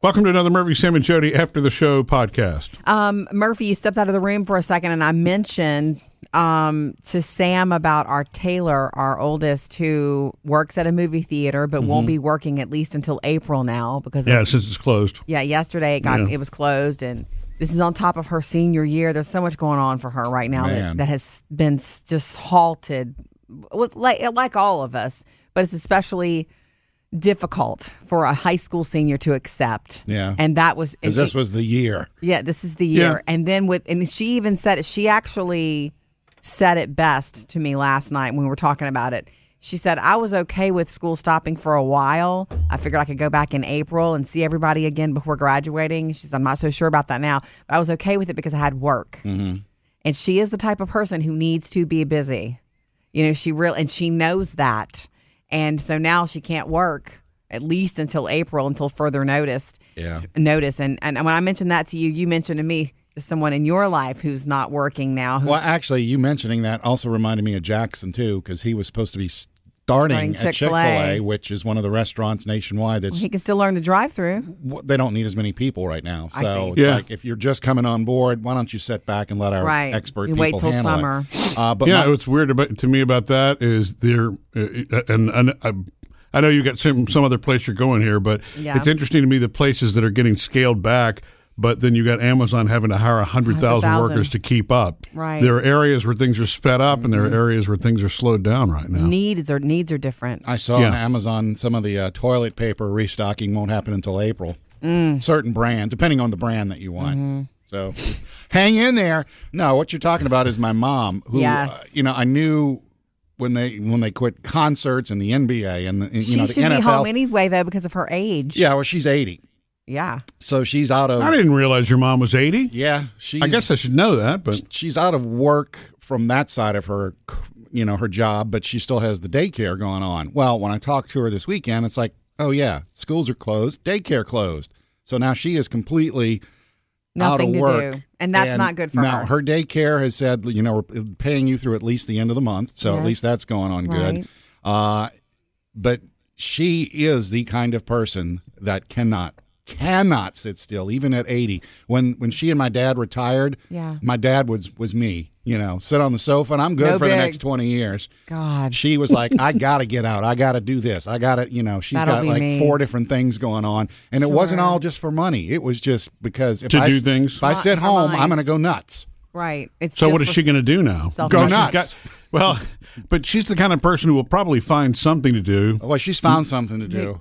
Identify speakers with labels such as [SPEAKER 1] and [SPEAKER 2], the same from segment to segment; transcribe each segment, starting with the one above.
[SPEAKER 1] Welcome to another Murphy, Sam, and Jody After the Show podcast.
[SPEAKER 2] Um, Murphy, you stepped out of the room for a second, and I mentioned um, to Sam about our Taylor, our oldest, who works at a movie theater but won't be working at least until April now because of-
[SPEAKER 1] Mm-hmm. Yeah, since it's closed.
[SPEAKER 2] yeah, yesterday it got
[SPEAKER 1] Yeah.
[SPEAKER 2] it was closed, and this is on top of her senior year. There's so much going on for her right now
[SPEAKER 1] Man.
[SPEAKER 2] that, that has been s- just halted, with like like all of us, but it's especially difficult for a high school senior to accept.
[SPEAKER 3] Yeah.
[SPEAKER 2] and that was
[SPEAKER 3] because this was the year.
[SPEAKER 2] Yeah, this is the
[SPEAKER 1] Yeah.
[SPEAKER 2] year. And then with and she even said it she actually said it best to me last night when we were talking about it. She said, I was okay with school stopping for a while. I figured I could go back in April and see everybody again before graduating. She said, I'm not so sure about that now. But I was okay with it because I had work. And she is the type of person who needs to be busy. You know, she real and she knows that. And so now she can't work at least until April, until further noticed
[SPEAKER 3] Yeah.
[SPEAKER 2] notice. And, and when I mentioned that to you, you mentioned to me someone in your life who's not working now. Who's
[SPEAKER 3] Well, actually, you mentioning that also reminded me of Jackson too, because he was supposed to be starting,
[SPEAKER 2] Starting
[SPEAKER 3] at Chick Fil
[SPEAKER 2] Chick-fil-A.
[SPEAKER 3] A, which is one of the restaurants nationwide that's
[SPEAKER 2] he can still learn the drive-through.
[SPEAKER 3] w- they don't need as many people right now.
[SPEAKER 2] I see.
[SPEAKER 3] So it's
[SPEAKER 1] Yeah.
[SPEAKER 3] like if you're just coming on board, why don't you sit back and let our
[SPEAKER 2] Right.
[SPEAKER 3] expert
[SPEAKER 2] You
[SPEAKER 3] people
[SPEAKER 2] wait till
[SPEAKER 3] handle
[SPEAKER 2] summer.
[SPEAKER 3] it? Uh, but
[SPEAKER 1] yeah,
[SPEAKER 3] my-
[SPEAKER 1] what's weird about, to me about that is there, uh, and, and I, I know you got some some other place you're going here, but
[SPEAKER 2] Yeah.
[SPEAKER 1] it's interesting to me the places that are getting scaled back. But then you got Amazon having to hire hundred thousand
[SPEAKER 2] 100,000.
[SPEAKER 1] workers to keep up.
[SPEAKER 2] Right.
[SPEAKER 1] There are areas where things are sped up, and there are areas where things are slowed down right now.
[SPEAKER 2] Needs are needs are different.
[SPEAKER 3] I saw on
[SPEAKER 1] Yeah.
[SPEAKER 3] Amazon some of the uh, toilet paper restocking won't happen until April.
[SPEAKER 2] Mm.
[SPEAKER 3] Certain brand, depending on the brand that you want.
[SPEAKER 2] Mm-hmm.
[SPEAKER 3] So hang in there. No, what you're talking about is my mom, who
[SPEAKER 2] Yes.
[SPEAKER 3] uh, you know I knew when they when they quit concerts and the NBA and the, you
[SPEAKER 2] she
[SPEAKER 3] know the
[SPEAKER 2] should
[SPEAKER 3] NFL.
[SPEAKER 2] be home anyway though because of her age.
[SPEAKER 3] yeah, well she's 80,
[SPEAKER 2] yeah.
[SPEAKER 3] so she's out of
[SPEAKER 1] I didn't realize your mom was eighty.
[SPEAKER 3] yeah she's
[SPEAKER 1] I guess I should know that, but
[SPEAKER 3] she's out of work from that side of her you know her job but she still has the daycare going on well when i talked to her this weekend it's like oh yeah schools are closed daycare closed so now she is completely
[SPEAKER 2] Nothing
[SPEAKER 3] out
[SPEAKER 2] to
[SPEAKER 3] of work
[SPEAKER 2] do, and that's not good for
[SPEAKER 3] now,
[SPEAKER 2] her.
[SPEAKER 3] her daycare has said you know we're paying you through at least the end of the month so
[SPEAKER 2] Yes.
[SPEAKER 3] at least that's going on
[SPEAKER 2] Right.
[SPEAKER 3] good uh, but she is the kind of person that cannot cannot sit still even at 80 when when she and my dad retired
[SPEAKER 2] Yeah.
[SPEAKER 3] my dad was was me you know sit on the sofa and i'm good
[SPEAKER 2] No
[SPEAKER 3] for the
[SPEAKER 2] big.
[SPEAKER 3] next 20 years
[SPEAKER 2] God.
[SPEAKER 3] she was like i gotta get out i gotta do this i gotta you know she's
[SPEAKER 2] That'll
[SPEAKER 3] got
[SPEAKER 2] be
[SPEAKER 3] like
[SPEAKER 2] me.
[SPEAKER 3] four different things going on and it wasn't
[SPEAKER 2] Sure.
[SPEAKER 3] all just for money it was just because if
[SPEAKER 1] To
[SPEAKER 3] I
[SPEAKER 1] do
[SPEAKER 3] s-
[SPEAKER 1] things.
[SPEAKER 3] if i
[SPEAKER 2] Not
[SPEAKER 3] sit
[SPEAKER 2] her
[SPEAKER 3] home i'm
[SPEAKER 2] mind.
[SPEAKER 3] gonna go nuts
[SPEAKER 2] Right. It's
[SPEAKER 1] So
[SPEAKER 2] just
[SPEAKER 1] what is
[SPEAKER 2] for
[SPEAKER 1] she going to do now?
[SPEAKER 2] self-
[SPEAKER 3] Go
[SPEAKER 1] She's
[SPEAKER 3] nuts.
[SPEAKER 1] well, but she's the kind of person who will probably find something to do.
[SPEAKER 3] well she's found something to do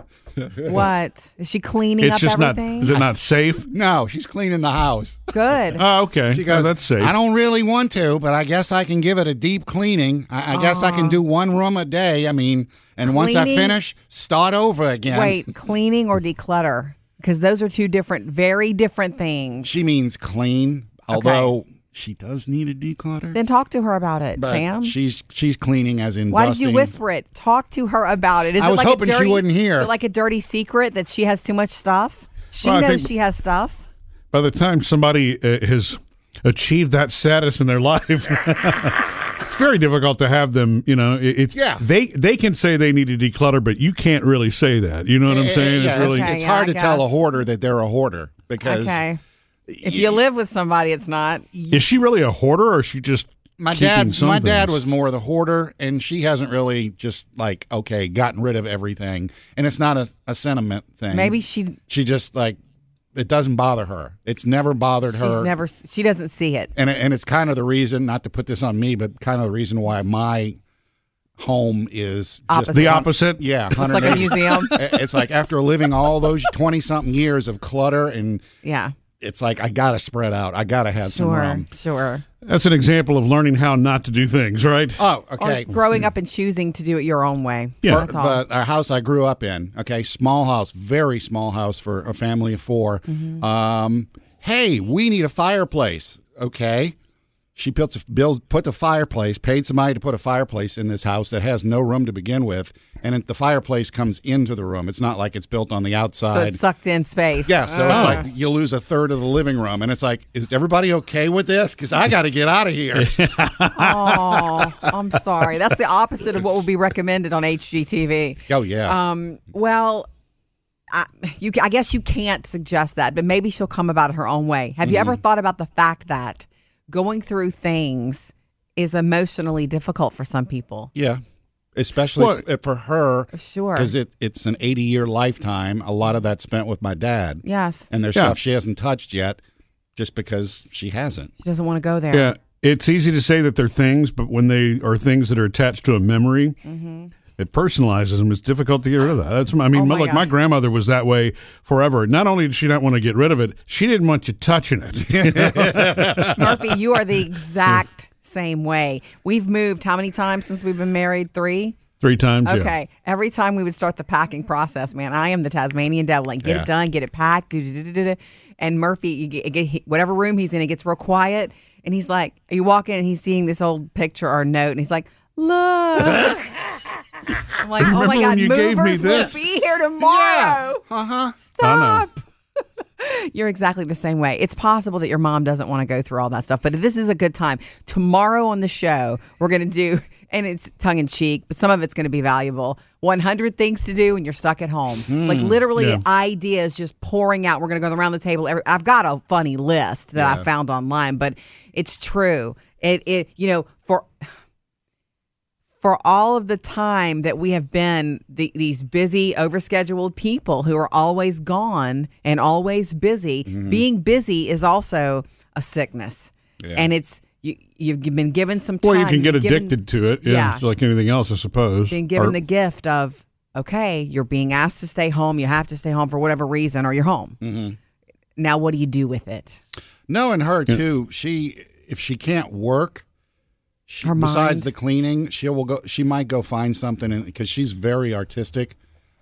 [SPEAKER 2] What is she cleaning
[SPEAKER 1] It's
[SPEAKER 2] up
[SPEAKER 1] just
[SPEAKER 2] everything?
[SPEAKER 1] not. Is it not safe?
[SPEAKER 3] no she's cleaning the house
[SPEAKER 2] Good.
[SPEAKER 1] Oh, okay.
[SPEAKER 3] She goes,
[SPEAKER 1] oh, that's safe.
[SPEAKER 3] I don't really want to, but I guess I can give it a deep cleaning. I, I guess I can do one room a day. I mean, and once I
[SPEAKER 2] Cleaning-
[SPEAKER 3] finish, start over again.
[SPEAKER 2] Wait, cleaning or declutter? Because those are two different, very different things.
[SPEAKER 3] She means clean, although she does need a declutter.
[SPEAKER 2] then talk to her about it,
[SPEAKER 3] but
[SPEAKER 2] Sam.
[SPEAKER 3] She's she's cleaning as in
[SPEAKER 2] Why
[SPEAKER 3] dusting.
[SPEAKER 2] did you whisper it? Talk to her about it. Is
[SPEAKER 3] I
[SPEAKER 2] it
[SPEAKER 3] was
[SPEAKER 2] like
[SPEAKER 3] hoping
[SPEAKER 2] a
[SPEAKER 3] she
[SPEAKER 2] dirty,
[SPEAKER 3] wouldn't hear.
[SPEAKER 2] Is it like a dirty secret that she has too much stuff? She
[SPEAKER 1] Well, I
[SPEAKER 2] knows
[SPEAKER 1] think-
[SPEAKER 2] she has stuff.
[SPEAKER 1] By the time somebody uh, has achieved that status in their life, it's very difficult to have them. You know, it, it's
[SPEAKER 3] Yeah.
[SPEAKER 1] They they can say they need to declutter, but you can't really say that. You know what I'm
[SPEAKER 3] Eh,
[SPEAKER 1] saying?
[SPEAKER 3] yeah,
[SPEAKER 1] it's really
[SPEAKER 2] okay.
[SPEAKER 3] it's
[SPEAKER 2] yeah,
[SPEAKER 3] hard
[SPEAKER 2] I
[SPEAKER 3] to tell a
[SPEAKER 2] guess.
[SPEAKER 3] hoarder that they're a hoarder because
[SPEAKER 2] Okay. If you live with somebody, it's not.
[SPEAKER 1] is she really a hoarder or is she just
[SPEAKER 3] my
[SPEAKER 1] keeping
[SPEAKER 3] dad
[SPEAKER 1] some
[SPEAKER 3] my dad
[SPEAKER 1] things?
[SPEAKER 3] was more the hoarder and she hasn't really just like okay gotten rid of everything and it's not a, a sentiment thing
[SPEAKER 2] Maybe she
[SPEAKER 3] she just like it doesn't bother her it's never bothered her
[SPEAKER 2] she's never she doesn't see it.
[SPEAKER 3] and it- and it's kind of the reason not to put this on me but kind of the reason why my home is just
[SPEAKER 2] Opposite.
[SPEAKER 1] the opposite.
[SPEAKER 3] yeah
[SPEAKER 2] It's like a museum.
[SPEAKER 3] it's like after living all those 20 something years of clutter and
[SPEAKER 2] Yeah.
[SPEAKER 3] it's like i gotta spread out i gotta have some um,
[SPEAKER 2] Sure.
[SPEAKER 3] room
[SPEAKER 2] Sure.
[SPEAKER 1] That's an example of learning how not to do things, right?
[SPEAKER 3] oh
[SPEAKER 2] Or
[SPEAKER 3] okay
[SPEAKER 2] growing up and choosing to do it your own way.
[SPEAKER 1] Yeah.
[SPEAKER 2] That's all.
[SPEAKER 3] the, our house I grew up in. Okay, small house, very small house for a family of 4
[SPEAKER 2] Mm-hmm.
[SPEAKER 3] Um, hey, we need a fireplace. Okay, she built a, build put the fireplace, paid somebody to put a fireplace in this house that has no room to begin with, and it, the fireplace comes into the room. It's not like it's built on the
[SPEAKER 2] So
[SPEAKER 3] outside.
[SPEAKER 2] it's sucked in space.
[SPEAKER 3] yeah, so
[SPEAKER 1] Oh.
[SPEAKER 3] it's like you lose a third of the living room, and it's like, is everybody okay with this? Because I got to get out of here.
[SPEAKER 2] Oh, I'm sorry.
[SPEAKER 1] Um,
[SPEAKER 2] That's the opposite of what will be recommended on HGTV.
[SPEAKER 3] oh yeah,
[SPEAKER 2] Um, well, I, you, I guess you can't suggest that, but maybe she'll come about it her own way. Have you ever thought about the fact that going through things is emotionally difficult for some people?
[SPEAKER 3] Yeah, especially
[SPEAKER 1] Well-
[SPEAKER 3] f- for her,
[SPEAKER 2] Sure.
[SPEAKER 3] because it, it's an 80 year lifetime. A lot of that spent with my dad,
[SPEAKER 2] yes.
[SPEAKER 3] and there's
[SPEAKER 1] Yeah.
[SPEAKER 3] stuff she hasn't touched yet, just because she hasn't.
[SPEAKER 2] She doesn't want to go there.
[SPEAKER 1] Yeah, it's easy to say that they're things, but when they are things that are attached to a memory, it personalizes them. It's difficult to get rid of that. That's I mean,
[SPEAKER 2] Mm-hmm. Oh my
[SPEAKER 1] like
[SPEAKER 2] God.
[SPEAKER 1] my grandmother was that way forever. Not only did she not want to get rid of it, she didn't want you touching it.
[SPEAKER 2] Murphy, you are the exact same way. We've moved how many times since we've been married? Three?
[SPEAKER 1] Three times. yeah.
[SPEAKER 2] Okay. Every time we would start the packing process, man, I am the Tasmanian devil. Like, get
[SPEAKER 3] Yeah.
[SPEAKER 2] it done, get it packed. do, do, do, do, do. And Murphy, you get, get he- whatever room he's in, it gets real quiet. And he's like, you walk in and he's seeing this old picture or note, and he's like, look. I'm like, oh
[SPEAKER 1] Remember
[SPEAKER 2] my
[SPEAKER 1] when
[SPEAKER 2] God,
[SPEAKER 1] you gave me
[SPEAKER 2] movers will
[SPEAKER 1] this?"
[SPEAKER 2] be here tomorrow.
[SPEAKER 3] Uh huh.
[SPEAKER 1] I know.
[SPEAKER 2] Stop. You're exactly the same way. It's possible that your mom doesn't want to go through all that stuff, but this is a good time. Tomorrow on the show, we're going to do, and it's tongue in cheek, but some of it's going to be valuable 100 things to do when you're stuck at home. Like literally,
[SPEAKER 1] Hmm. Yeah.
[SPEAKER 2] ideas just pouring out. We're going to go around the table. Every- I've got a funny list that I found online, but it's true. It, it, you know, for for all of the time that we have been the, these busy, overscheduled people who are always gone and always busy.
[SPEAKER 1] Mm-hmm.
[SPEAKER 2] Being busy is also a sickness, and it's you, you've been given some time.
[SPEAKER 1] Well, you can get
[SPEAKER 2] you've given-
[SPEAKER 1] addicted to it. Yeah,
[SPEAKER 2] Yeah.
[SPEAKER 1] it's like anything else, I suppose.
[SPEAKER 2] Been given
[SPEAKER 1] Or-
[SPEAKER 2] the gift of okay, you're being asked to stay home. You have to stay home for whatever reason, or you're home.
[SPEAKER 1] Mm-hmm.
[SPEAKER 2] Now, what do you do with it?
[SPEAKER 3] No, and her too. She if she can't work, she,
[SPEAKER 2] Her
[SPEAKER 3] besides
[SPEAKER 2] mind.
[SPEAKER 3] the cleaning, she will go. She might go find something because she's very artistic.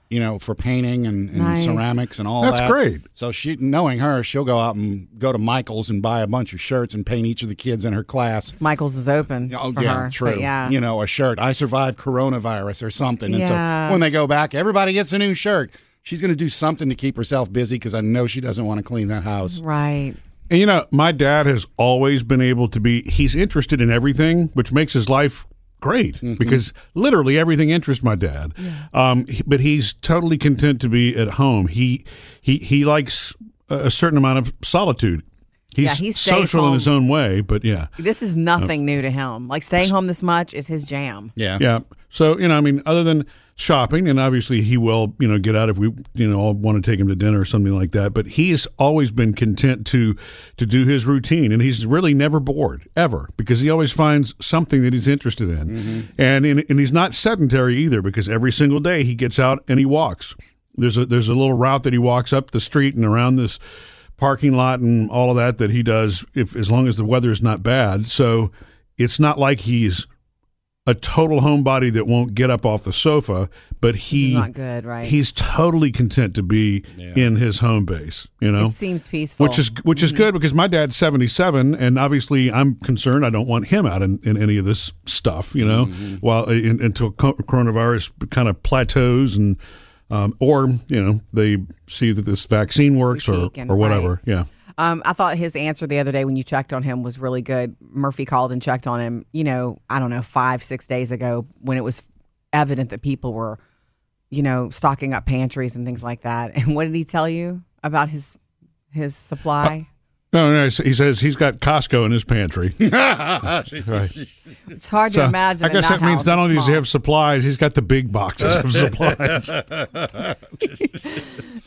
[SPEAKER 3] You know, for painting and, and
[SPEAKER 2] Nice.
[SPEAKER 3] ceramics and all
[SPEAKER 1] That's
[SPEAKER 3] that.
[SPEAKER 1] great.
[SPEAKER 3] So she, knowing her, she'll go out and go to Michael's and buy a bunch of shirts and paint each of the kids in her class.
[SPEAKER 2] Michael's is open.
[SPEAKER 3] Oh
[SPEAKER 2] for
[SPEAKER 3] yeah,
[SPEAKER 2] her,
[SPEAKER 3] true.
[SPEAKER 2] But yeah,
[SPEAKER 3] You know, a shirt. I survived coronavirus or something. And
[SPEAKER 2] Yeah.
[SPEAKER 3] so when they go back, everybody gets a new shirt. She's going to do something to keep herself busy because I know she doesn't want to clean that house.
[SPEAKER 2] right.
[SPEAKER 1] And you know, my dad has always been able to be, he's interested in everything, which makes his life great
[SPEAKER 2] Mm-hmm.
[SPEAKER 1] because literally everything interests my dad. Um, he- but he's totally content to be at home. He, he, he likes a, a certain amount of solitude. He's
[SPEAKER 2] Yeah, he stays
[SPEAKER 1] social in
[SPEAKER 2] home.
[SPEAKER 1] his own way, but yeah.
[SPEAKER 2] This is nothing new to him. Like staying home this much is his jam.
[SPEAKER 3] Yeah.
[SPEAKER 1] Yeah. So, you know, I mean, other than shopping, and obviously he will, you know, get out if we, you know, all want to take him to dinner or something like that. But he's always been content to to do his routine, and he's really never bored ever because he always finds something that he's interested in, and in, and he's not sedentary either because every single day he gets out and he walks. There's a there's a little route that he walks up the street and around this parking lot and all of that that he does if as long as the weather is not bad. So it's not like he's a total homebody that won't get up off the sofa, but
[SPEAKER 2] It's
[SPEAKER 1] he
[SPEAKER 2] not good, right?
[SPEAKER 1] he's totally content to be in his home base, you know.
[SPEAKER 2] It seems peaceful.
[SPEAKER 1] Which is which is good because my dad's 77 and obviously I'm concerned I don't want him out in, in any of this stuff, you know, while uh, in, until co- coronavirus kind of plateaus and um, or, you know, they see that this vaccine works or
[SPEAKER 2] peak and-
[SPEAKER 1] or whatever. Yeah.
[SPEAKER 2] Um, I thought his answer the other day when you checked on him was really good. Murphy called and checked on him. You know, I don't know, five six days ago when it was evident that people were, you know, stocking up pantries and things like that. And what did he tell you about his his supply?
[SPEAKER 1] No, no, he says he's got Costco in his pantry. right.
[SPEAKER 2] it's hard to imagine.
[SPEAKER 1] I
[SPEAKER 2] in
[SPEAKER 1] guess that, means
[SPEAKER 2] house,
[SPEAKER 1] not
[SPEAKER 2] it's
[SPEAKER 1] only does he
[SPEAKER 2] small.
[SPEAKER 1] have supplies, he's got the big boxes of supplies.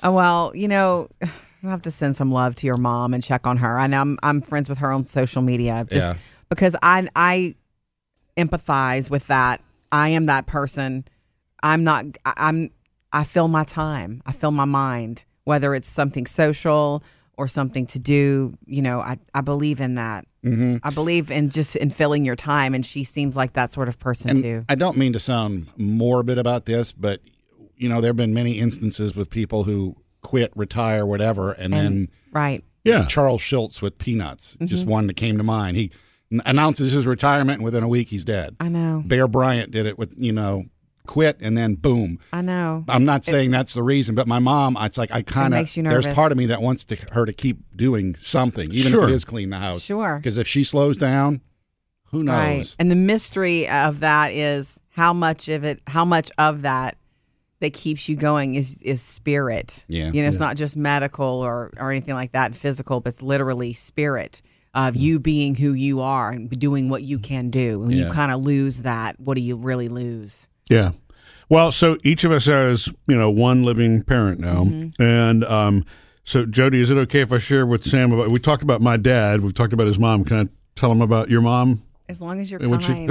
[SPEAKER 2] Oh, well, you know, I have to send some love to your mom and check on her. I know I'm, I'm friends with her on social media just
[SPEAKER 3] Yeah.
[SPEAKER 2] because I I empathize with that. I am that person. I'm not. I- I'm. I fill my time. I fill my mind, whether it's something social or something to do. You know, I I believe in that. I believe in just in filling your time, and she seems like that sort of person too.
[SPEAKER 3] I don't mean to sound morbid about this, but you know, there have been many instances with people who quit, retire, whatever, and, then
[SPEAKER 2] Right.
[SPEAKER 1] Yeah.
[SPEAKER 3] Charles Schultz with Peanuts, just
[SPEAKER 2] Mm-hmm.
[SPEAKER 3] one that came to mind. He n- announces his retirement, and within a week he's dead.
[SPEAKER 2] I know.
[SPEAKER 3] Bear Bryant did it with you know, quit, and then boom.
[SPEAKER 2] I know.
[SPEAKER 3] I'm not saying that's the reason, but my mom, it's like I kind of
[SPEAKER 2] makes you
[SPEAKER 3] there's
[SPEAKER 2] nervous.
[SPEAKER 3] part of me that wants to, her to keep doing something, even
[SPEAKER 1] Sure.
[SPEAKER 3] if it is clean the house.
[SPEAKER 2] Sure.
[SPEAKER 3] Because if she slows down, who knows?
[SPEAKER 2] Right. And the mystery of that is how much of it, how much of that that keeps you going is is spirit.
[SPEAKER 3] Yeah.
[SPEAKER 2] You know, it's not just medical or or anything like that, physical, but it's literally spirit of
[SPEAKER 1] Mm.
[SPEAKER 2] you being who you are and doing what you can do. When you
[SPEAKER 3] Yeah.
[SPEAKER 2] kind of lose that, what do you really lose?
[SPEAKER 1] Yeah. Well, so each of us has, you know, one living parent now.
[SPEAKER 2] Mm-hmm.
[SPEAKER 1] And um, so, Jody, is it okay if I share with Sam about? We talked about my dad. We've talked about his mom. Can I tell him about your mom?
[SPEAKER 2] As long as you're
[SPEAKER 1] Would you-
[SPEAKER 2] kind.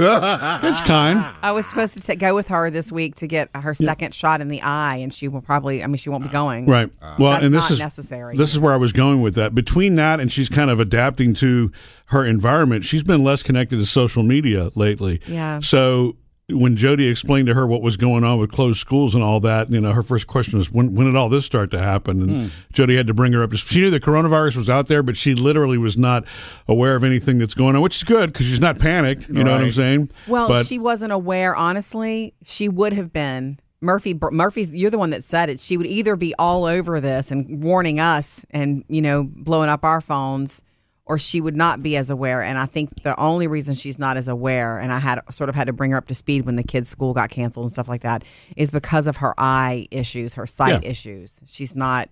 [SPEAKER 1] It's kind.
[SPEAKER 2] I was supposed to ta- go with her this week to get her second shot in the eye, and she will probably. I mean, she won't be going.
[SPEAKER 1] Uh, Right. well,
[SPEAKER 2] That's
[SPEAKER 1] and this
[SPEAKER 2] not
[SPEAKER 1] is
[SPEAKER 2] necessary.
[SPEAKER 1] This is where I was going with that. Between that and she's kind of adapting to her environment, she's been less connected to social media lately.
[SPEAKER 2] Yeah.
[SPEAKER 1] So when Jody explained to her what was going on with closed schools and all that, you know, her first question was, "When, when did all this start to happen?" And Jody had to bring her up. to She knew the coronavirus was out there, but she literally was not aware of anything that's going on, which is good because she's not panicked. You know what I'm
[SPEAKER 3] Right.
[SPEAKER 1] saying?
[SPEAKER 2] Well,
[SPEAKER 1] But-
[SPEAKER 2] she wasn't aware. Honestly, she would have been. Murphy, Br- Murphy's. You're the one that said it. She would either be all over this and warning us, and you know, blowing up our phones, or she would not be as aware. And I think the only reason she's not as aware, and I had sort of had to bring her up to speed when the kids' school got canceled and stuff like that, is because of her eye issues, her sight
[SPEAKER 1] Yeah.
[SPEAKER 2] issues. She's not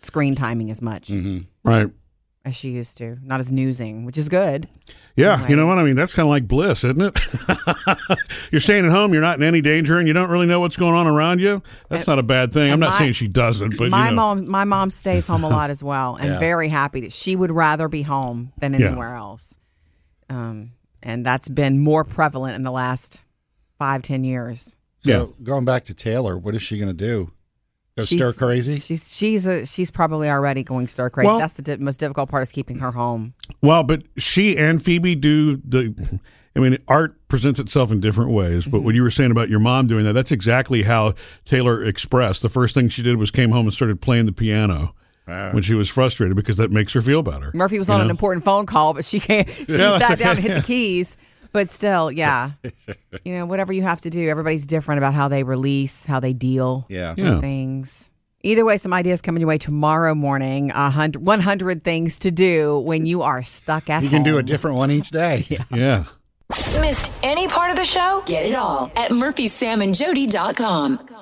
[SPEAKER 2] screen timing as much
[SPEAKER 1] Mm-hmm. right.
[SPEAKER 2] as she used to, not as newsing, which is good.
[SPEAKER 1] Yeah, you know what I mean. That's kind of like bliss, isn't it? you're staying at home, you're not in any danger, and you don't really know what's going on around you. That's not a bad thing. I'm not
[SPEAKER 2] Uh, my-
[SPEAKER 1] saying she doesn't, but
[SPEAKER 2] my
[SPEAKER 1] you know,
[SPEAKER 2] mom my mom stays home a lot as well and
[SPEAKER 3] Yeah.
[SPEAKER 2] very happy that she would rather be home than
[SPEAKER 1] Yeah.
[SPEAKER 2] anywhere else um, and that's been more prevalent in the last five ten years
[SPEAKER 3] So
[SPEAKER 1] Yeah.
[SPEAKER 3] going back to Taylor, what is she going to do? Go
[SPEAKER 2] She's-
[SPEAKER 3] stir crazy?
[SPEAKER 2] she's she's a, she's probably already going stir crazy
[SPEAKER 1] Well-
[SPEAKER 2] that's the di- most difficult part is keeping her home
[SPEAKER 1] well, but she and Phoebe do the. I mean, art presents itself in different ways,
[SPEAKER 2] Mm-hmm.
[SPEAKER 1] but what you were saying about your mom doing that, that's exactly how Taylor expressed. The first thing she did was came home and started playing the piano when she was frustrated because that makes her feel better.
[SPEAKER 2] Murphy was on an important phone call but she can't she sat down and hit the keys but still yeah you know whatever you have to do everybody's different about how they release how they deal
[SPEAKER 3] Yeah.
[SPEAKER 1] Yeah.
[SPEAKER 2] things. Either way, some ideas coming your way tomorrow morning. A hundred- 100 things to do when you are stuck at
[SPEAKER 3] You can do a
[SPEAKER 2] home.
[SPEAKER 3] different one each day.
[SPEAKER 1] Yeah.
[SPEAKER 4] Missed any part of the show? Get it all at murphysamandjody.com.